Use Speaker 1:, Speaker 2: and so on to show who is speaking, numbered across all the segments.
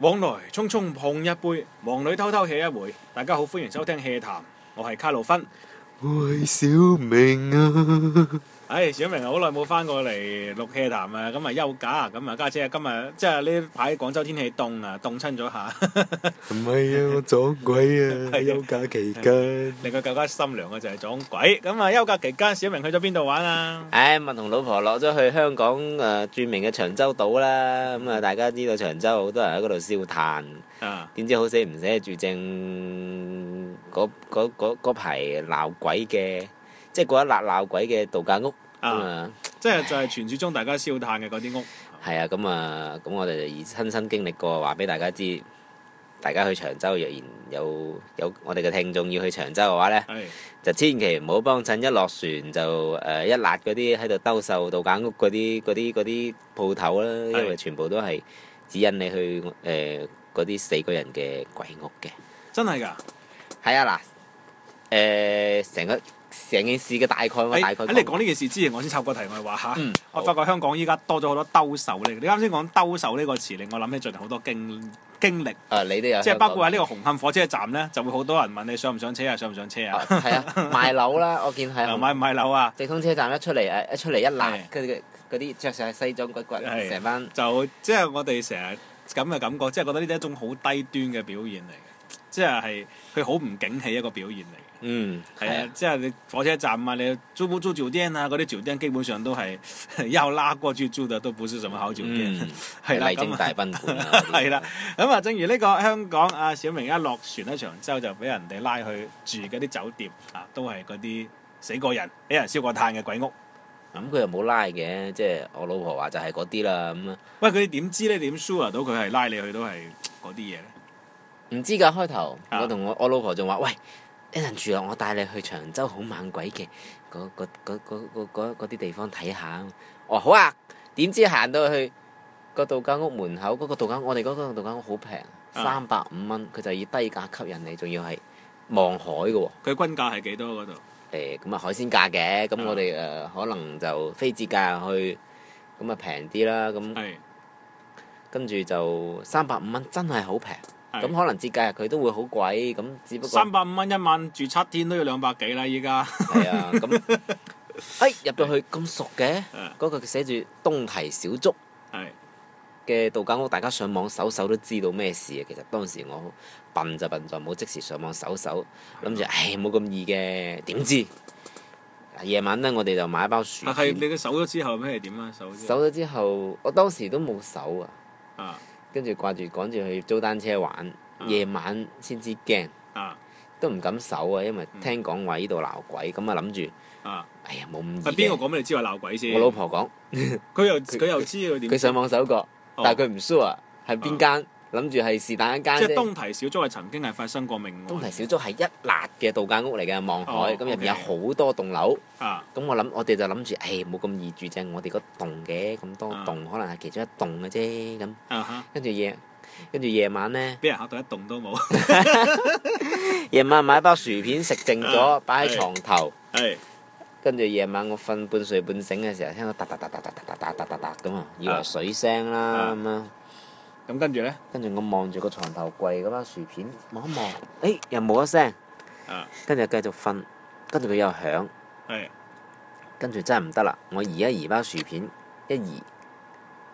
Speaker 1: 往來匆匆碰一杯，忙裏偷偷 hea 一回。大家好，歡迎收聽《hea 談》，我係卡路芬。
Speaker 2: 喂，小明啊，
Speaker 1: 唉、小明啊好耐冇翻過嚟錄 hea 談啊，咁啊休假，咁啊家姐今日即係呢排廣州天氣凍啊，凍親咗下，
Speaker 2: 唔係啊，我撞鬼啊！
Speaker 1: 係啊
Speaker 2: 喺休假期間，
Speaker 1: 令佢更加心 涼嘅啊就係撞鬼。咁啊休假期間，小明去咗邊度玩啊？
Speaker 3: 唉，咪同老婆落咗去香港誒、呃著名嘅長洲島啦，咁、啊大家知道長洲好多人喺嗰度燒炭，
Speaker 1: 啊，
Speaker 3: 點知好死唔死住正嗰嗰嗰嗰排鬧鬼嘅，即係嗰一辣鬧鬼嘅度假屋咁啊，
Speaker 1: 即係就係傳説中大家燒炭嘅嗰啲屋。
Speaker 3: 係啊，咁啊，咁我哋就以親身經歷過，話俾大家知，大家去長洲若然有有我哋嘅聽眾要去長洲嘅話呢。
Speaker 1: 係
Speaker 3: 就千祈唔好幫襯，一落船就誒、呃一辣嗰啲喺度兜售度假屋嗰啲嗰啲嗰啲鋪頭啦，因為全部都係指引你去誒嗰啲四個人嘅鬼屋嘅。
Speaker 1: 真係㗎。
Speaker 3: 係啊嗱，誒成個成件事嘅大概我
Speaker 1: 喺
Speaker 3: 啊
Speaker 1: 哎
Speaker 3: 大概
Speaker 1: 喺你講呢件事之前，我先插個題外話嚇。
Speaker 3: 嗯
Speaker 1: 我
Speaker 3: 好
Speaker 1: 發覺香港依家多咗好多兜售呢。你啱先講兜售呢個詞，令我諗起最近好多經經歷，
Speaker 3: 啊，你都有
Speaker 1: 即係
Speaker 3: 香港
Speaker 1: 包括喺呢個紅磡火車站咧，就會好多人問你上唔上車啊，上唔上車
Speaker 3: 啊
Speaker 1: 啊，
Speaker 3: 係啊賣樓啦，我見
Speaker 1: 啊
Speaker 3: 係
Speaker 1: 買唔買樓啊，
Speaker 3: 直通車站一出嚟誒一出嚟一辣
Speaker 1: 係，
Speaker 3: 跟住嗰啲着晒西裝骨骨，
Speaker 1: 係
Speaker 3: 成班
Speaker 1: 就即係我哋成日咁嘅感覺，即係覺得呢啲係一種好低端嘅表現嚟嘅，即係係佢好唔景氣一個表現嚟嘅。
Speaker 3: 嗯
Speaker 1: 係啊，即係你火車站啊，你租不租酒店啊，嗰啲酒店基本上都係 要拉過去住的，都不是什麼好酒店。
Speaker 3: 嗯
Speaker 1: 係啦
Speaker 3: 麗
Speaker 1: 咁
Speaker 3: 晶
Speaker 1: 啊
Speaker 3: 大賓館啊，嗰啲
Speaker 1: 係啦，咁啊，正如呢個香港啊，小明一落船喺長洲就俾人哋拉去住嗰啲酒店啊，都係嗰啲死過人、俾人燒過炭嘅鬼屋。
Speaker 3: 咁佢又冇拉嘅，即係我老婆話就係嗰啲啦，咁啊
Speaker 1: 喂，佢哋點知咧？點 sure 到佢係拉你去都係嗰啲嘢咧？
Speaker 3: 唔知㗎開頭，
Speaker 1: 啊
Speaker 3: 我同我我老婆仲話：喂，一陣住落，我帶你去長洲好猛鬼嘅嗰嗰嗰嗰嗰嗰嗰啲地方睇下。哦，好啊！點知行到去個度假屋門口，嗰、個度假屋我哋嗰個度假屋好平，
Speaker 1: 啊
Speaker 3: 三百五蚊，佢就以低價吸引你，仲要係望海嘅喎。
Speaker 1: 佢均價係幾多嗰度？
Speaker 3: 誒咁啊海鮮價嘅，咁
Speaker 1: 啊
Speaker 3: 我哋誒、呃可能就非節價去，咁啊平啲啦，咁
Speaker 1: 係
Speaker 3: 跟住就三百五蚊，真係好平。
Speaker 1: 係
Speaker 3: 咁可能節假日佢都會好貴，咁只不過
Speaker 1: 三百五蚊一晚住七天都要兩百幾啦，依家
Speaker 3: 係啊， 咁哎入到去咁熟嘅
Speaker 1: 嗯，
Speaker 3: 嗰個寫住東堤小築
Speaker 1: 係
Speaker 3: 嘅度假屋，大家上網搜搜都知道咩事啊。其實當時我笨就笨在冇即時上網搜搜，諗住啊唉冇咁易嘅，點知夜晚呢，我哋就買一包薯
Speaker 1: 啊但係你
Speaker 3: 片，
Speaker 1: 嘅手咗之後咩係點啊？手咗之後
Speaker 3: 搜咗之後，我當時都冇搜啊，
Speaker 1: 啊
Speaker 3: 跟住掛住趕住去租單車玩，
Speaker 1: 嗯
Speaker 3: 夜晚先知驚。
Speaker 1: 啊
Speaker 3: 都唔敢守啊，因為聽講話呢度鬧鬼，咁啊諗住，
Speaker 1: 啊！
Speaker 3: 哎呀冇咁易
Speaker 1: 係邊
Speaker 3: 嘅
Speaker 1: 個講俾你知話鬧鬼先？
Speaker 3: 我老婆講，
Speaker 1: 佢又
Speaker 3: 佢
Speaker 1: 佢又知佢點
Speaker 3: 佢
Speaker 1: 知？
Speaker 3: 上網搜過，
Speaker 1: 哦
Speaker 3: 但係佢唔 sure 啊係邊間，諗住哦係是但一間
Speaker 1: 即係
Speaker 3: 啫。
Speaker 1: 東堤小築係曾經係發生過命
Speaker 3: 東
Speaker 1: 案
Speaker 3: 堤小築係一辣嘅度假屋嚟嘅，望海，
Speaker 1: 哦
Speaker 3: 咁入
Speaker 1: OK
Speaker 3: 邊有好多棟樓。
Speaker 1: 啊！
Speaker 3: 咁我諗，我哋就諗住，誒冇咁易住啫，我哋嗰棟嘅咁多
Speaker 1: 啊
Speaker 3: 棟，可能係其中一棟嘅啫。咁
Speaker 1: 啊哈！
Speaker 3: 跟住夜，跟住夜晚呢，
Speaker 1: 俾人嚇到一棟都冇。
Speaker 3: 夜晚買包薯片食剩
Speaker 1: 啊
Speaker 3: 咗，擺喺
Speaker 1: 係
Speaker 3: 床頭。
Speaker 1: 係
Speaker 3: 跟住夜晚我瞓半睡半醒嘅時候，聽到嗒嗒嗒嗒嗒嗒嗒嗒嗒嗒咁啊，以為水聲啦
Speaker 1: 啊
Speaker 3: 咁樣。
Speaker 1: 咁跟住咧，
Speaker 3: 跟住我望住個床頭櫃嗰包薯片，望一望，誒又冇一聲，
Speaker 1: 啊
Speaker 3: 跟住繼續瞓，跟住佢又響，
Speaker 1: 係
Speaker 3: 跟住真係唔得啦！我移一移包薯片，一移，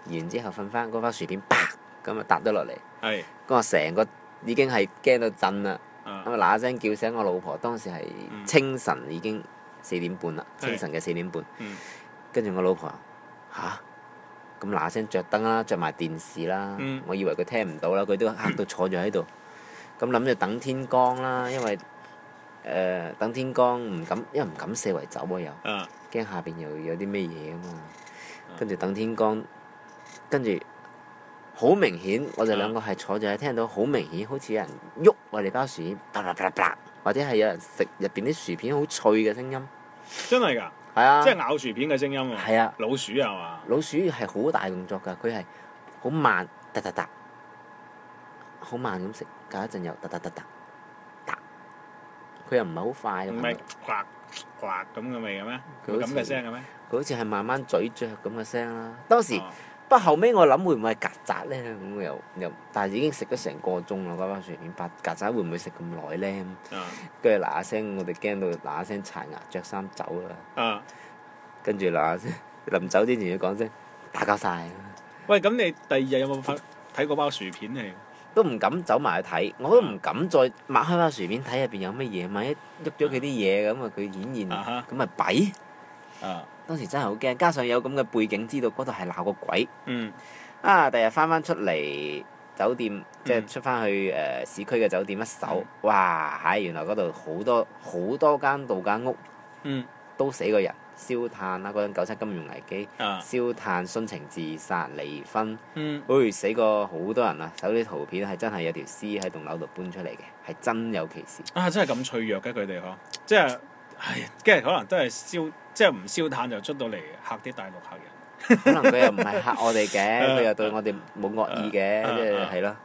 Speaker 3: 移完之後瞓翻嗰包薯片，啪咁啊揼咗落嚟，
Speaker 1: 係
Speaker 3: 咁我成個已經係驚到震啦，
Speaker 1: 啊
Speaker 3: 咁啊嗱一聲叫醒我老婆，當時係
Speaker 1: 嗯
Speaker 3: 清晨已經四點半啦，
Speaker 1: 係
Speaker 3: 清晨嘅四點半。
Speaker 1: 嗯
Speaker 3: 跟住我老婆話吓，咁嗱聲着燈啦，着埋電視啦。
Speaker 1: 嗯
Speaker 3: 我以為佢聽唔到啦，佢都嚇到坐咗喺度。咁諗住等天光啦，因為誒、呃等天光唔敢，因為唔敢四圍走喎又，
Speaker 1: 啊
Speaker 3: 驚下邊又有啲咩嘢啊嘛
Speaker 1: 嗯。
Speaker 3: 跟住等天光，跟住好明顯，我哋
Speaker 1: 啊
Speaker 3: 兩個係坐咗喺，聽到好明顯，好似有人喐我哋包薯片，啪啦啪啦啪啦，或者係有人食入邊啲薯片好脆嘅聲音。
Speaker 1: 真係㗎，
Speaker 3: 係啊，
Speaker 1: 即係咬薯片嘅聲音喎。
Speaker 3: 係啊。
Speaker 1: 老鼠係嘛？
Speaker 3: 老鼠係好大動作㗎，佢係好慢，嗒嗒嗒，好慢咁食，隔一陣又嗒嗒嗒嗒嗒，佢又唔係好快咁
Speaker 1: 唔
Speaker 3: 樣
Speaker 1: 係，呱呱咁嘅味嘅咩？
Speaker 3: 佢
Speaker 1: 咁
Speaker 3: 好似
Speaker 1: 嘅聲嘅咩？
Speaker 3: 佢好似係慢慢咀嚼咁嘅聲啦。當時
Speaker 1: 哦
Speaker 3: 不過後尾我諗會唔會係曱甴咧？咁又又，但係已經食咗成個鐘啦，嗰包薯片，白曱甴會唔會食咁耐咧？
Speaker 1: 啊
Speaker 3: 跟住嗱嗱聲，我哋驚到嗱嗱聲刷牙、着衫走啦。
Speaker 1: 啊！
Speaker 3: 跟住嗱嗱聲， 臨走之前要講聲打攪晒，
Speaker 1: 喂，咁你第二日有冇發睇嗰包薯片嚟？
Speaker 3: 都唔敢走埋去睇，我都唔敢再擘開包薯片睇入邊有乜嘢，萬一喐咗佢啲嘢咁啊，佢顯現
Speaker 1: 啊哈
Speaker 3: 咁咪弊。
Speaker 1: 啊，
Speaker 3: 當時真係好驚，加上有咁嘅背景，知道嗰度係鬧個鬼
Speaker 1: 嗯
Speaker 3: 啊！第日翻翻出嚟酒店，即
Speaker 1: 嗯
Speaker 3: 係出翻去誒、呃市區嘅酒店一搜，哇！唉、原來嗰度好多好多間度假屋
Speaker 1: 嗯
Speaker 3: 都死過人，燒炭啦，嗰陣九七金融危機，
Speaker 1: 啊
Speaker 3: 燒炭、殉情、自殺、離婚，
Speaker 1: 嗯
Speaker 3: 唉，死過好多人啊！睇啲圖片係真係有條屍喺棟樓度搬出嚟嘅，係真有其事。
Speaker 1: 啊，真係咁脆弱嘅佢哋嗬，即係唉，跟住可能都係燒，即係唔燒炭就出到嚟嚇啲大陸客人。
Speaker 3: 可能佢又唔係嚇我哋 嘅，
Speaker 1: 啊
Speaker 3: 佢又對我哋冇惡意嘅，
Speaker 1: 啊
Speaker 3: 即
Speaker 1: 啊
Speaker 3: 係係咯。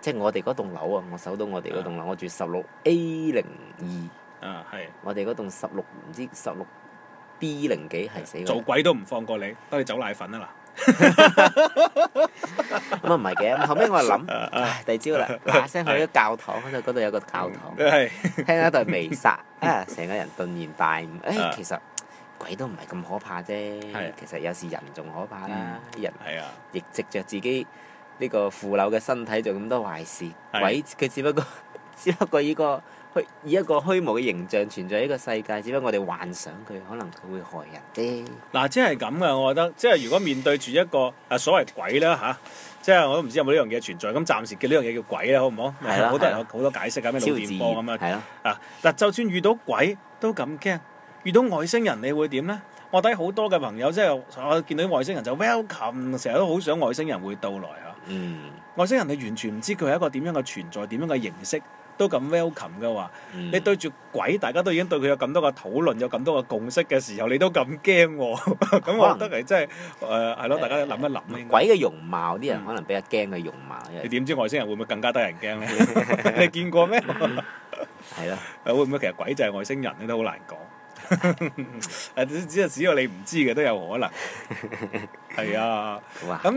Speaker 3: 即係我哋嗰棟樓啊，我搜到我哋嗰棟樓，我住十六 A 零二，
Speaker 1: 啊，係
Speaker 3: 我哋嗰棟十六唔知十六 B 零幾係死
Speaker 1: 做
Speaker 3: 嘅。
Speaker 1: 鬼都唔放過你，當你走奶粉啊啦。
Speaker 3: 咁啊唔係嘅，咁後尾我 就諗，
Speaker 1: 啊
Speaker 3: 唉，第二朝啦，嗱嗱聲去咗教堂嗰度，嗰度有個教堂，
Speaker 1: 係
Speaker 3: 聽到一對彌撒， 啊，成個人頓然大悟。
Speaker 1: 啊
Speaker 3: 誒，其實鬼都唔係咁可怕啫
Speaker 1: 係，
Speaker 3: 其實有時人仲可怕啦，人
Speaker 1: 係啊，
Speaker 3: 亦藉着自己呢個腐朽嘅身體做咁多壞事，
Speaker 1: 係
Speaker 3: 鬼佢只不過 只不過以個虛以一個虛無嘅形象存在喺個世界，只不過我哋幻想佢可能佢會害人啫。
Speaker 1: 嗱，即係咁嘅，我覺得，即係如果面對住一個啊所謂鬼啦吓，即係我都唔知有冇呢樣嘢存在，咁暫時叫呢樣嘢叫鬼啦，好唔好？
Speaker 3: 係啦
Speaker 1: 好多人
Speaker 3: 係
Speaker 1: 有
Speaker 3: 啦
Speaker 1: 好多解釋啊，咩腦
Speaker 3: 超自
Speaker 1: 電波咁啊
Speaker 3: 然，係咯，
Speaker 1: 啊！嗱，就算遇到鬼都咁驚，遇到外星人你會點呢？我睇好多嘅朋友即係我見到外星人就 welcome，成日都好想外星人會到來啊！
Speaker 3: 嗯
Speaker 1: 外星人你完全唔知佢係一個點樣嘅存在，點樣嘅形式，都咁 welcome 嘅話，
Speaker 3: 嗯
Speaker 1: 你對住鬼，大家都已經對佢有咁多嘅討論，有咁多嘅共識嘅時候，你都咁驚喎， 咁我覺得係真係誒係咯，大家諗一諗啦應該
Speaker 3: 鬼嘅容貌，啲人
Speaker 1: 嗯
Speaker 3: 可能比較驚嘅容貌，因
Speaker 1: 你
Speaker 3: 為
Speaker 1: 點知外星人會唔會更加得人驚 呢？你見過咩？
Speaker 3: 係咯，
Speaker 1: 誒會唔會其實鬼就係外星人咧都好難講。 誒只只只要你唔知嘅都有 可能。係啊，
Speaker 3: 哇，
Speaker 1: 咁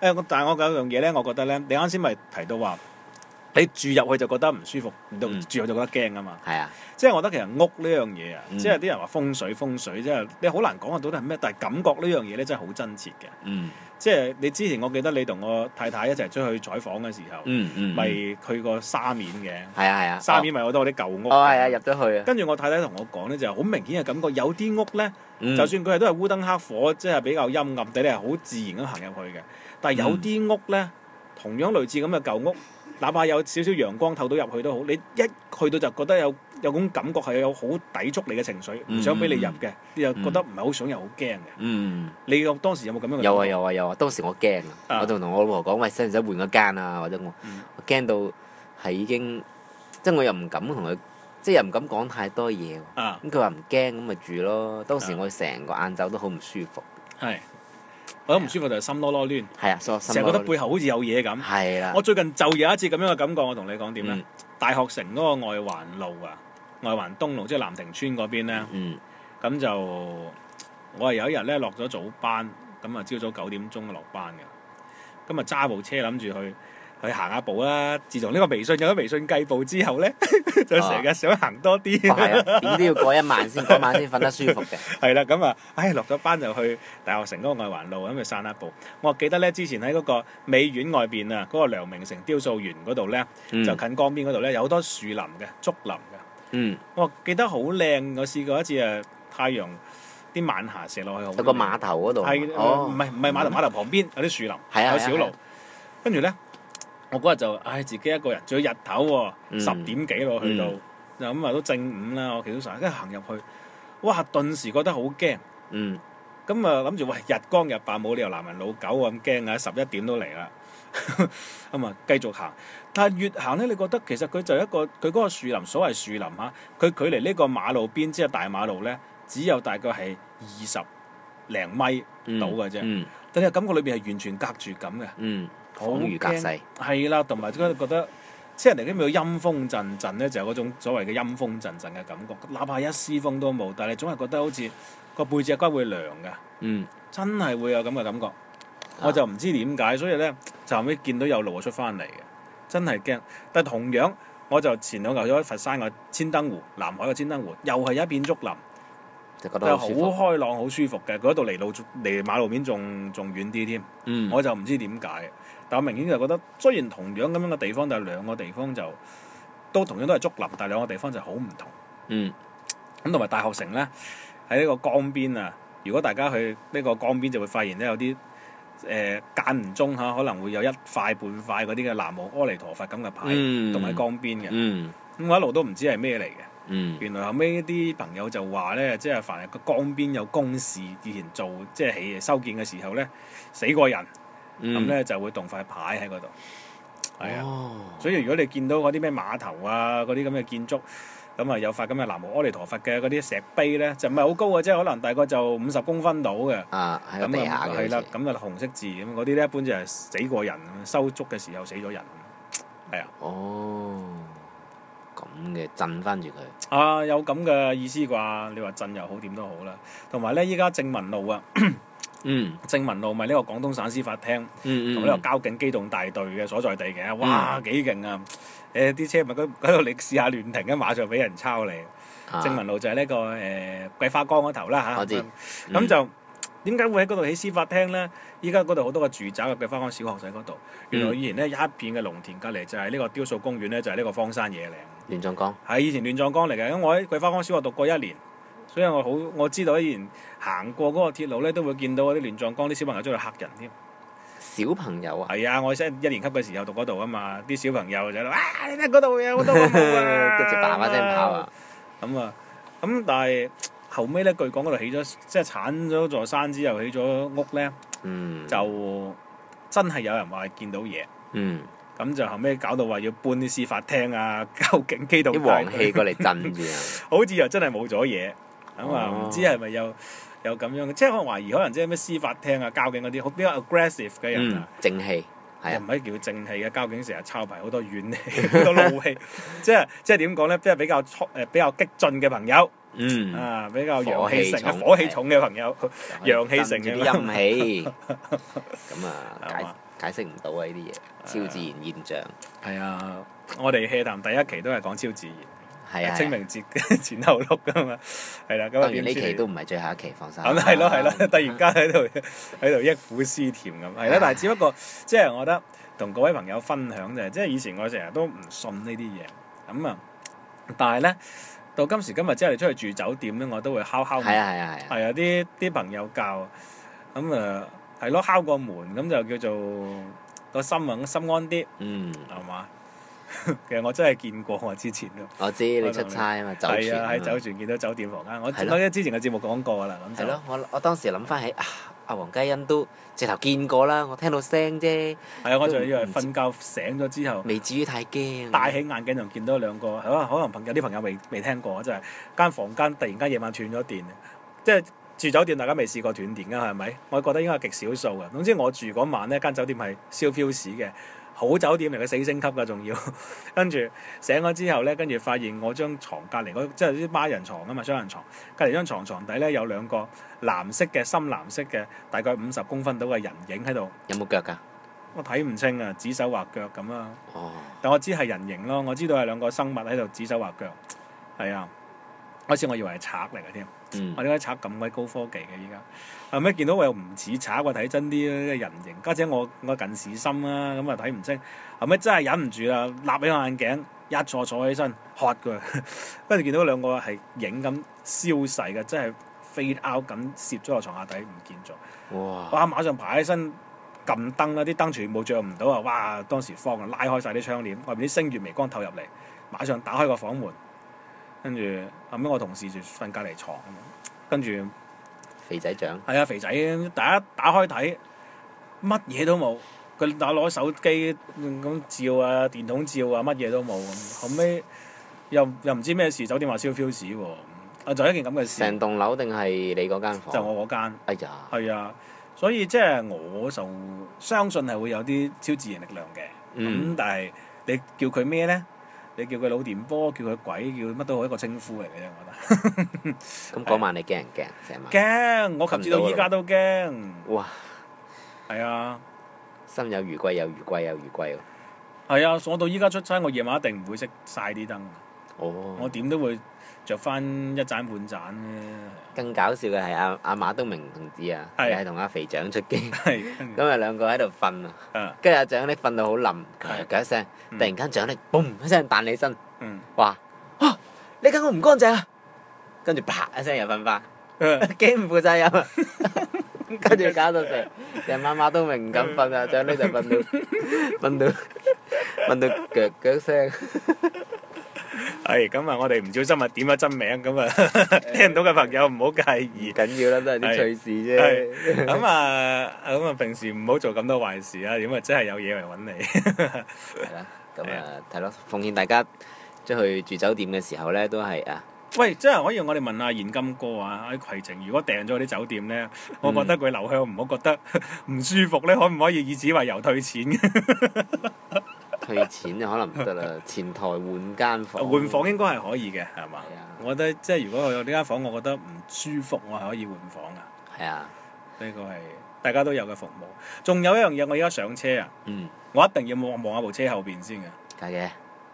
Speaker 1: 誒我但係我有樣嘢咧，我覺得咧，你啱先咪提到話，你住入去就覺得唔舒服，唔到
Speaker 3: 嗯
Speaker 1: 住入就覺得驚啊嘛。
Speaker 3: 係啊，
Speaker 1: 即係我覺得其實屋呢樣嘢啊，
Speaker 3: 嗯
Speaker 1: 即係啲人話風水風水，即係你好難講得到底係咩，但係感覺呢樣嘢咧真係好真切嘅。
Speaker 3: 嗯
Speaker 1: 即係你之前我記得你同我太太一齊出去採訪嘅時候，
Speaker 3: 嗯嗯，
Speaker 1: 咪
Speaker 3: 嗯
Speaker 1: 去過沙面嘅，
Speaker 3: 係啊係啊，
Speaker 1: 沙面咪有好多啲舊屋。
Speaker 3: 哦哦係啊，入咗去啊，
Speaker 1: 跟住我太太同我講咧，就係好明顯嘅感覺，有啲屋咧，
Speaker 3: 嗯
Speaker 1: 就算佢係都係烏燈黑火，即係比較陰暗地咧，係好自然咁行入去嘅。但係有啲屋咧，同樣類似咁嘅舊屋，哪怕有少少陽光透到入去都好，你一去到就覺得有有種感覺係有好抵觸你嘅情緒，唔想俾你入嘅，你又覺得唔係好想又好驚嘅。
Speaker 3: 嗯。
Speaker 1: 你有當時有冇咁樣嘅感覺？
Speaker 3: 有啊有啊有啊！當時我驚
Speaker 1: 嗯啊
Speaker 3: 啊，我仲同我老婆講：喂，使唔使換個間啊？或者我
Speaker 1: 嗯
Speaker 3: 我驚到係已經，即係我又唔敢同佢，即係又唔敢講太多嘢喎。
Speaker 1: 啊，
Speaker 3: 咁佢話唔驚，咁咪住咯。當時
Speaker 1: 啊
Speaker 3: 我成個晏晝都好唔舒服，
Speaker 1: 係，我覺得唔舒服就係心囉囉攣，
Speaker 3: 係啊，所以我心
Speaker 1: 成日覺得
Speaker 3: 都
Speaker 1: 背後好似有嘢咁。
Speaker 3: 係啦
Speaker 1: 我，最近就有一次咁樣嘅感覺，我同你講點咧？
Speaker 3: 啊
Speaker 1: 啊
Speaker 3: 嗯
Speaker 1: 大學城嗰個外環路啊，外環東路即係南亭村嗰邊咧，
Speaker 3: 嗯
Speaker 1: 咁就我係有一日咧落咗早班，咁啊朝早九點鐘落班嘅，咁啊揸部車諗住去去行下步啦。自從呢個微信有咗微信計步之後咧， 就
Speaker 3: 啊
Speaker 1: 成日想行多啲。
Speaker 3: 哦係 啊，點都要過一晚先，嗰晚先瞓得舒服嘅。
Speaker 1: 係啦，咁啊，唉，落咗班就去大學城嗰個外環路咁去散下步。我記得咧，之前喺嗰個美院外邊啊，嗰、個梁明成雕塑園嗰度咧，
Speaker 3: 嗯
Speaker 1: 就近江邊嗰度咧，有好多樹林嘅竹林嘅。
Speaker 3: 嗯，
Speaker 1: 我記得好靚，我試過一次誒太陽啲晚霞射落去好靚。
Speaker 3: 有個碼頭嗰度，
Speaker 1: 係
Speaker 3: 哦
Speaker 1: 唔係唔係碼頭碼頭旁邊有啲樹林，
Speaker 3: 係
Speaker 1: 有
Speaker 3: 啊係啊
Speaker 1: 小
Speaker 3: 係
Speaker 1: 路
Speaker 3: 啊。
Speaker 1: 跟住咧，我嗰日就唉自己一個人，仲要日頭喎，
Speaker 3: 嗯
Speaker 1: 十點幾咯去到，就咁啊都正午啦，我企到晒，跟住行入去，哇！頓時覺得好驚。
Speaker 3: 嗯，
Speaker 1: 咁啊諗住喂日光日白冇理由男人老狗咁驚啊，十一點都嚟啦。 咁啊，繼續行，但係越行咧，你覺得其實佢就一個佢嗰個樹林，所謂樹林嚇，佢距離呢個馬路邊即係大馬路咧，只有大概係二十零米
Speaker 3: 嗯
Speaker 1: 到嘅啫。
Speaker 3: 嗯
Speaker 1: 但係感覺裏邊係完全隔住咁嘅，
Speaker 3: 嗯，
Speaker 1: 好
Speaker 3: 恍如隔世
Speaker 1: 驚。係啦，同埋覺得覺得即係人哋啲叫陰風陣陣咧，就有嗰種所謂嘅陰風陣陣嘅感覺，哪怕一絲風都冇，但係你總係覺得好似個背脊骨會涼嘅。
Speaker 3: 嗯，啊
Speaker 1: 真係會有咁嘅感覺。我就唔知點解，所以咧就後尾見到有路就出翻嚟嘅，真係驚。但同樣，我就前兩日去咗佛山個千燈湖，南海個千燈湖，又係一片竹林，
Speaker 3: 就覺
Speaker 1: 就
Speaker 3: 得好
Speaker 1: 好
Speaker 3: 舒服。
Speaker 1: 開朗，好舒服嘅。嗰度離路離馬路面仲仲遠啲添，
Speaker 3: 嗯，
Speaker 1: 我就唔知點解。但我明顯就覺得，雖然同樣咁樣嘅地方，但係兩個地方就都同樣都係竹林，但係兩個地方就好唔同。
Speaker 3: 嗯，
Speaker 1: 咁同埋大學城咧喺呢個江邊啊，如果大家去呢個江邊就會發現咧有啲誒、呃、間唔中嚇可能會有一塊半塊嗰啲嘅南無阿彌陀佛咁嘅牌，
Speaker 3: 嗯
Speaker 1: 同喺江邊嘅。咁、
Speaker 3: 嗯
Speaker 1: 我一路都唔知係咩嚟嘅。
Speaker 3: 嗯
Speaker 1: 原來後尾啲朋友就話咧，即係凡係個江邊有工事，以前做即係起修建嘅時候咧，死過人
Speaker 3: 嗯，
Speaker 1: 咁咧、就會動塊牌喺嗰度。係啊。
Speaker 3: 哦，
Speaker 1: 所以如果你見到嗰啲咩碼頭啊，嗰啲咁嘅建築，咁啊有塊咁嘅南無阿彌陀佛嘅嗰啲石碑咧，就唔係好高嘅啫，可能大概就五十公分到嘅。
Speaker 3: 啊喺個地
Speaker 1: 咁
Speaker 3: 下
Speaker 1: 啊
Speaker 3: 嘅
Speaker 1: 係啦
Speaker 3: 好似，
Speaker 1: 咁啊紅色字咁嗰啲咧，一般就係死過人，收足嘅時候死咗人。
Speaker 3: 哦，咁嘅震翻住佢。
Speaker 1: 啊，有咁嘅意思啩？你話震又好，點都好啦。同埋咧，依家正文路啊，
Speaker 3: 嗯
Speaker 1: 正文路咪呢個廣東省司法廳
Speaker 3: 嗯
Speaker 1: 同
Speaker 3: 嗯，
Speaker 1: 呢個交警機動大隊嘅所在地嘅，哇幾勁啊！誒啲車咪嗰嗰度你試下亂停，一馬上俾人抄你。
Speaker 3: 啊
Speaker 1: 正文路就係呢、個誒桂花崗嗰頭啦嚇。
Speaker 3: 我知
Speaker 1: 咁咁
Speaker 3: 嗯
Speaker 1: 就點解會喺嗰度起司法廳咧？依家嗰度好多個住宅嘅桂花崗小學仔嗰度，原
Speaker 3: 嗯
Speaker 1: 來以前咧一片嘅農田隔離就係呢個雕塑公園咧，就係、呢個荒山野嶺，
Speaker 3: 亂葬崗。
Speaker 1: 係以前亂葬崗嚟嘅。因為我喺桂花崗小學讀過一年。所以我好我知道，以前行過嗰個鐵路咧，都會見到嗰啲亂葬崗啲小朋友出去嚇人添。
Speaker 3: 小朋友啊，
Speaker 1: 係啊，我喺一年級嘅時候讀嗰度啊嘛，啲小朋友就喺度啊，你睇嗰度有好多個墓啊，
Speaker 3: 跟住爸爸聲跑啊！
Speaker 1: 咁啊，咁但係後尾咧，據講嗰度起咗，即係剷咗座山之後起咗屋咧，
Speaker 3: 嗯，
Speaker 1: 就真係有人話見到嘢，
Speaker 3: 嗯
Speaker 1: 咁就後尾搞到話要搬啲司法廳啊、 交警機動
Speaker 3: 啲
Speaker 1: 大
Speaker 3: 黃
Speaker 1: 隊
Speaker 3: 氣過嚟震住 啊。
Speaker 1: 好似又真係冇咗嘢，咁啊
Speaker 3: 哦
Speaker 1: 唔知係咪有有咁樣嘅，即係我懷疑可能即係咩司法廳啊、交警嗰啲好比較 aggressive 嘅人
Speaker 3: 嗯
Speaker 1: 啊。，
Speaker 3: 正氣係
Speaker 1: 又
Speaker 3: 啊
Speaker 1: 唔可以叫正氣嘅，交警成日抄牌好多怨氣、 好多怒 氣，即係即係點講咧？即係比較誒比較激進嘅朋友，
Speaker 3: 嗯，
Speaker 1: 啊，比較陽
Speaker 3: 火
Speaker 1: 氣
Speaker 3: 氣
Speaker 1: 盛嘅
Speaker 3: 重
Speaker 1: 火氣重嘅朋友，陽氣盛
Speaker 3: 盛
Speaker 1: 嘅
Speaker 3: 啊啲陰 氣，咁啊
Speaker 1: 係嘛
Speaker 3: 解解釋唔到啊呢啲嘢，超自然現象
Speaker 1: 係啊，我哋 h 談第一期都係講超自然，
Speaker 3: 係啊。
Speaker 1: 清
Speaker 3: 係啊
Speaker 1: 明節前後錄噶嘛，係啦，咁啊
Speaker 3: 當然呢
Speaker 1: 點知
Speaker 3: 期都唔係最後一期，放心。
Speaker 1: 咁係咯係咯， 突然間喺度喺度憶苦思甜咁，係啦
Speaker 3: 啊，
Speaker 1: 但係只不過即係我覺得同各位朋友分享就係，即係以前我成日都唔信呢啲嘢，咁啊，但係咧到今時今日之後，你出去住酒店咧，我都會敲敲門
Speaker 3: 係啊係啊係啊，
Speaker 1: 係啊，啲啲朋友教，咁誒係咯，敲個門咁就叫做個心啊心安啲，
Speaker 3: 嗯，
Speaker 1: 係嘛？ 其實我真係見過我之前都
Speaker 3: 我知你出差啊嘛，走
Speaker 1: 係啊，喺
Speaker 3: 船
Speaker 1: 酒
Speaker 3: 走
Speaker 1: 店見到酒店房間，我
Speaker 3: 係咯
Speaker 1: 我之前嘅節目講過啦，咁
Speaker 3: 係
Speaker 1: 就
Speaker 3: 咯，我我當時諗翻起啊，阿黃嘉欣都直頭見過啦，我聽到聲啫，
Speaker 1: 係啊，我仲以為瞓覺醒咗之後。
Speaker 3: 未至於太驚。啊
Speaker 1: 戴起眼鏡就見到兩個，可能可能朋友啲朋友未未聽過，真係間房間突然間夜晚斷咗電，啊即係住酒店大家未試過斷電㗎係咪？我覺得應該係極少數嘅。總之我住嗰晚呢間酒店係燒 fuse 嘅，好酒店嚟嘅四星級㗎仲要。 跟住醒咗之後呢，跟住發現我張床隔離嗰即係啲孖人床啊嘛，雙人床隔離張床床底呢，有兩個藍色嘅深藍色嘅大概五十公分到嘅人影喺度，
Speaker 3: 有冇腳㗎？
Speaker 1: 我睇唔清啊，指手畫腳咁啊。
Speaker 3: 哦，
Speaker 1: 但我知係人形咯，我知道係兩個生物喺度指手畫腳，係啊。開始我以為係賊嚟嘅添，
Speaker 3: 嗯
Speaker 1: 我點解賊咁鬼高科技嘅依家？後尾見到我又唔似賊，我睇真啲啊人形，加且我我近視深啦，咁啊睇唔清。後尾真係忍唔住啦，立起個眼鏡，一坐坐起身，喝佢， 跟住見到兩個係影咁消逝嘅，真係飛 out 咁攝咗落床下底唔見咗。
Speaker 3: 哇，
Speaker 1: 啊哇！馬上爬起身撳燈啦，啲燈全部着唔到啊！哇！當時慌啊，拉開晒啲窗簾，外邊啲星月微光透入嚟，馬上打開個房門，跟住後尾我同事就瞓隔離床，跟住
Speaker 3: 肥仔掌，
Speaker 1: 係啊肥仔，大家打開睇，乜嘢都冇，佢打攞手機咁照啊，電筒照啊，乜嘢都冇咁，後尾又又唔知咩事，酒店話燒 fuse 喎，啊就一件咁嘅事，
Speaker 3: 成棟樓定係你嗰間
Speaker 1: 就
Speaker 3: 房？
Speaker 1: 我嗰間。
Speaker 3: 哎呀，
Speaker 1: 係啊，所以即係我就相信係會有啲超自然力量嘅。咁、
Speaker 3: 嗯
Speaker 1: 但係你叫佢咩呢？你叫佢腦電波，叫佢鬼，叫佢乜都好，一個稱呼嚟嘅啫。我
Speaker 3: 咁嗰晚你驚唔驚？成晚
Speaker 1: 啊覺得驚，我及至到依家都驚。
Speaker 3: 哇！
Speaker 1: 係啊，
Speaker 3: 心有餘悸，有餘悸，有餘悸喎。
Speaker 1: 係啊，我到依家出差，我夜晚一定唔會熄晒啲燈，我
Speaker 3: 哦，
Speaker 1: 點都會着翻一盞半盞嘅，
Speaker 3: 更搞笑嘅係阿阿馬東明同志啊，
Speaker 1: 係
Speaker 3: 又係同阿肥長出機，
Speaker 1: 係
Speaker 3: 咁啊兩個喺度瞓啊，
Speaker 1: 啊，
Speaker 3: 跟住阿長力瞓到好冧，
Speaker 1: 係
Speaker 3: 㗎一聲，
Speaker 1: 嗯
Speaker 3: 突然間長力嘣一聲彈起身，
Speaker 1: 嗯，
Speaker 3: 話：啊，你間屋唔乾淨啊！跟住啪一聲又瞓翻。
Speaker 1: 誒
Speaker 3: 幾唔負責任 啊！跟住搞到成成晚晚都明唔敢瞓啊，長呢就瞓 到瞓到瞓到腳腳聲。
Speaker 1: 係咁啊！我哋唔小心啊點咗真名咁啊， 聽到嘅朋友唔好介
Speaker 3: 唔
Speaker 1: 意。
Speaker 3: 緊要啦，都係啲趣事啫。
Speaker 1: 咁啊，咁啊，平時唔好做咁多壞事啊，點啊，真係有嘢嚟揾你。
Speaker 3: 係啦，咁啊係咯，奉勸大家出去住酒店嘅時候咧，都係啊，
Speaker 1: 喂，真係可以，我哋問下現金哥啊，喺攜程如果訂咗啲酒店咧，我覺得佢留向唔好覺得 唔舒服咧，可唔可以以此為由退 錢嘅？
Speaker 3: 退錢就可能唔 得啦，前台換間房。
Speaker 1: 換房應該係可以嘅，哦係嘛
Speaker 3: 係啊？
Speaker 1: 我覺得即係如果我有呢間房，我覺得唔舒服，我係可以換房噶。
Speaker 3: 係啊，
Speaker 1: 呢個係大家都有嘅服務。仲有一樣嘢，我而家上車啊，
Speaker 3: 嗯，
Speaker 1: 我一定要望望下部車後邊先嘅，
Speaker 3: 係嘅，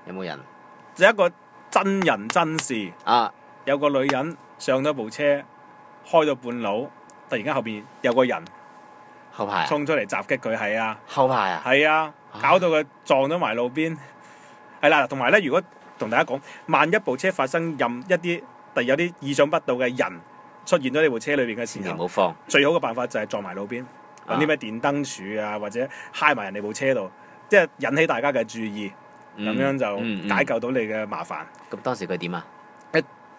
Speaker 3: 有冇人
Speaker 1: 就一個真人真事。
Speaker 3: 啊？
Speaker 1: 有個女人上咗部車，開到半路，突然間後邊有個人
Speaker 3: 後排啊，
Speaker 1: 衝出嚟襲擊佢，係啊，
Speaker 3: 後排啊，
Speaker 1: 係啊
Speaker 3: 啊，
Speaker 1: 搞到佢撞咗埋路邊，係啦、同埋咧，如果同大家講，萬一部車發生任一啲突然有啲意想不到嘅人出現咗呢部車裏邊嘅
Speaker 3: 千
Speaker 1: 時
Speaker 3: 祈唔
Speaker 1: 候，
Speaker 3: 好放。
Speaker 1: 最好嘅辦法就係撞埋路邊，
Speaker 3: 啊
Speaker 1: 揾啲咩電燈柱啊，或者揩埋人哋部車度，即係引起大家嘅注意，咁、樣
Speaker 3: 嗯嗯
Speaker 1: 就解救到你嘅麻煩。
Speaker 3: 咁當時佢點啊？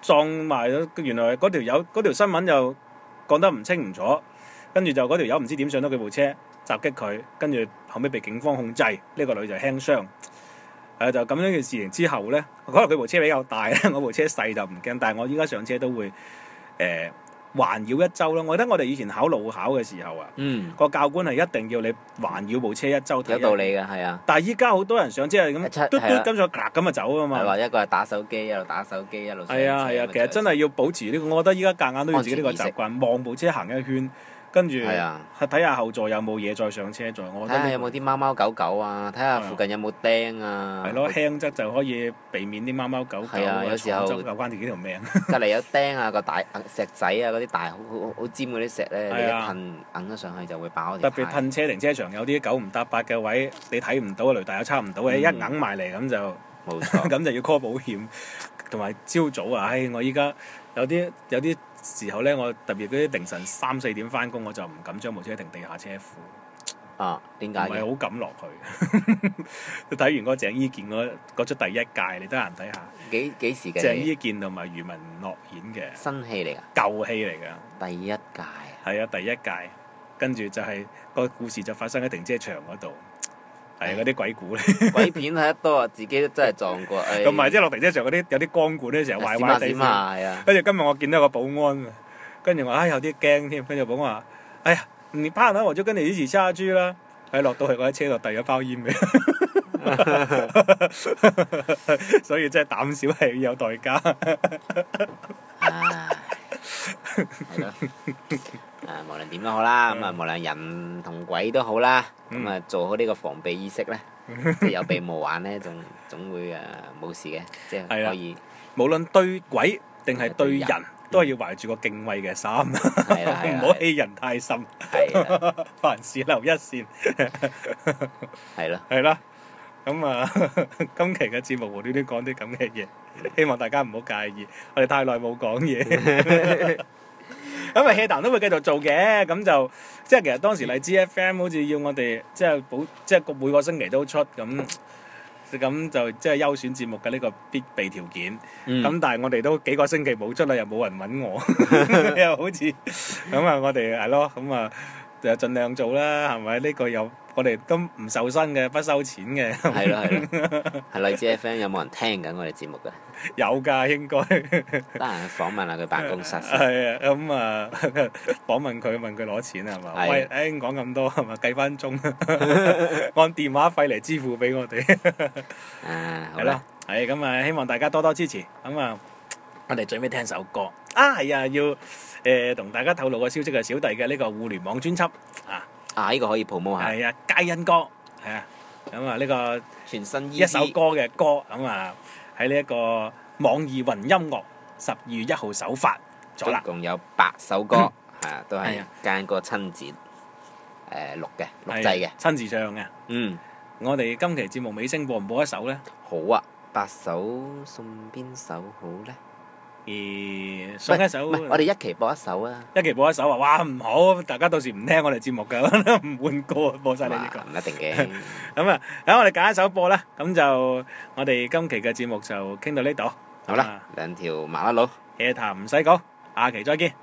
Speaker 1: 撞埋咗，原來嗰條友嗰條新聞又講得唔清唔楚，跟住就嗰條友唔知點上到佢部車襲擊佢，跟住後尾被警方控制，呢、個女就輕傷。誒、就咁樣嘅事情之後呢，可能佢部車比較大咧， 我部車細就唔驚，但係我依家上車都會誒、呃、環繞一周咯。我覺得我哋以前考路考嘅時候啊，
Speaker 3: 嗯，
Speaker 1: 個教官係一定要你環繞部車一周睇。
Speaker 3: 有道理嘅，係啊。
Speaker 1: 但係依家好多人上車係
Speaker 3: 一
Speaker 1: 咁
Speaker 3: 出
Speaker 1: 嘟嘟
Speaker 3: 係啦
Speaker 1: 咁上咔咁就走啊嘛。
Speaker 3: 係話一個係打手機，一路打手機，一路上
Speaker 1: 係啊
Speaker 3: 車
Speaker 1: 係啊，
Speaker 3: 咁
Speaker 1: 其實真係要保持呢、個，我覺得依家夾硬都要自己呢個
Speaker 3: 安全意
Speaker 1: 習
Speaker 3: 識
Speaker 1: 慣，望部車行一圈，跟住
Speaker 3: 係啊
Speaker 1: 係睇下後座有冇嘢再上車再。我
Speaker 3: 睇
Speaker 1: 覺得
Speaker 3: 下
Speaker 1: 呢
Speaker 3: 有冇啲貓貓狗狗啊，睇下附近有冇釘啊，
Speaker 1: 係咯，輕則就可以避免啲貓貓狗狗
Speaker 3: 係啊有時候
Speaker 1: 重則救翻自己條命。
Speaker 3: 隔離有釘啊，個大石仔啊，嗰啲大好好好尖嗰啲石咧，你一
Speaker 1: 係啊
Speaker 3: 噴硬咗上去就會爆
Speaker 1: 特
Speaker 3: 條
Speaker 1: 別
Speaker 3: 蟹。
Speaker 1: 褪車停車場有啲九唔搭八嘅位，你睇唔到雷達又差唔到嘅，
Speaker 3: 嗯
Speaker 1: 一硬埋嚟咁就
Speaker 3: 冇錯，
Speaker 1: 咁就要 call 保險。同埋朝早啊，唉，我依家有啲有啲時候咧，我特別嗰啲凌晨三四點翻工，我就唔敢將部車停地下車庫。
Speaker 3: 啊點解
Speaker 1: 唔係
Speaker 3: 嘅？
Speaker 1: 好敢落去。 你睇完嗰鄭伊健嗰嗰出第一屆，你得閒睇下。
Speaker 3: 幾幾時嘅
Speaker 1: 鄭
Speaker 3: 戲？
Speaker 1: 伊健同埋余文樂演嘅
Speaker 3: 新戲嚟㗎，
Speaker 1: 舊戲嚟㗎，
Speaker 3: 第一屆 啊
Speaker 1: 係啊第一屆。跟住就係、個故事就發生喺停車場嗰度，係啊嗰啲鬼故咧，
Speaker 3: 鬼片睇得多啊，自己都真係撞過。唉
Speaker 1: 同埋即係落停車場嗰啲有啲光管咧，成日
Speaker 3: 啊閃
Speaker 1: 壞
Speaker 3: 下
Speaker 1: 壞
Speaker 3: 閃
Speaker 1: 地。
Speaker 3: 下係啊，
Speaker 1: 跟住今日我見到個保安，啊跟住我唉有啲驚添，跟住保安話：哎呀，你怕啦，我就跟你一起下去啦。喺落到去嗰啲車度遞咗包煙俾佢， 所以真係膽小係有代價。
Speaker 3: 唉，係咯。啊，無論點都好啦，咁啊，無論人同鬼都好啦，咁啊，做好呢個防備意識咧，即係有備無患咧，總總會誒冇事嘅，即係
Speaker 1: 係啦
Speaker 3: 可以
Speaker 1: 無論對鬼定係對
Speaker 3: 對
Speaker 1: 人
Speaker 3: 人，
Speaker 1: 都係要懷住個敬畏嘅心， 唔
Speaker 3: 係啦，係啦啊
Speaker 1: 好欺人太甚，
Speaker 3: 係啦，
Speaker 1: 凡事留一線，
Speaker 3: 係咯，
Speaker 1: 係啦。咁啊， 今期嘅節目無端端講啲咁嘅嘢，希望大家唔好介意。我哋太耐冇講嘢， 咁啊 h e 都會繼續做嘅。咁就即係其實當時荔枝 FM 好似要我哋即係保即係個每個星期都出咁，咁就即係優選節目嘅呢個必備條件。
Speaker 3: 嗯
Speaker 1: 咁但係我哋都幾個星期冇出啦，又冇人揾我，又好似咁啊！我哋係咯，咁啊就盡量做啦，係咪？呢個又我哋都唔受薪嘅，不收錢嘅，
Speaker 3: 係咯係咯，係荔枝 FM 有冇人聽緊我哋節目嘅？
Speaker 1: 有㗎應該
Speaker 3: 得閒去訪問下佢辦公室先。
Speaker 1: 係啊。咁啊， 訪問佢問佢攞錢係嘛？
Speaker 3: 係
Speaker 1: 喂，誒講咁多係嘛？計翻鐘， 按電話費嚟支付俾我哋。
Speaker 3: 啊，好
Speaker 1: 係啦
Speaker 3: 啦，，
Speaker 1: 係咁啊，希望大家多多支持。咁啊，我哋最尾聽首歌啊，係啊，要誒同、大家透露個消息嘅小弟嘅呢個互聯網專輯啊，
Speaker 3: 啊，呢個可以 promo 下，
Speaker 1: 係啊，皆因歌係啊，咁啊呢個。
Speaker 3: 全新 EP
Speaker 1: 一首歌嘅歌咁啊，喺呢一個網易雲音樂十二月一號首發咗
Speaker 3: 總
Speaker 1: 啦。
Speaker 3: 共有八首歌，係啊，都
Speaker 1: 係
Speaker 3: 係
Speaker 1: 啊
Speaker 3: 間個親自誒錄嘅錄製嘅
Speaker 1: 係，親自唱嘅。
Speaker 3: 嗯，
Speaker 1: 我哋今期節目尾聲播唔播一首呢？
Speaker 3: 好啊，八首送邊首好呢？
Speaker 1: 而送一首
Speaker 3: 唔，係我哋一期播一首啊，
Speaker 1: 一期播一首啊！哇，唔好，大家到時唔聽我哋節目㗎， 唔換歌播晒你呢個
Speaker 3: 唔。一定嘅，
Speaker 1: 咁啊，咁我哋揀一首播啦。咁就我哋今期嘅節目就傾到呢度。
Speaker 3: 好啦，兩條麻甩佬。
Speaker 1: 嘢談唔使講，下期再見，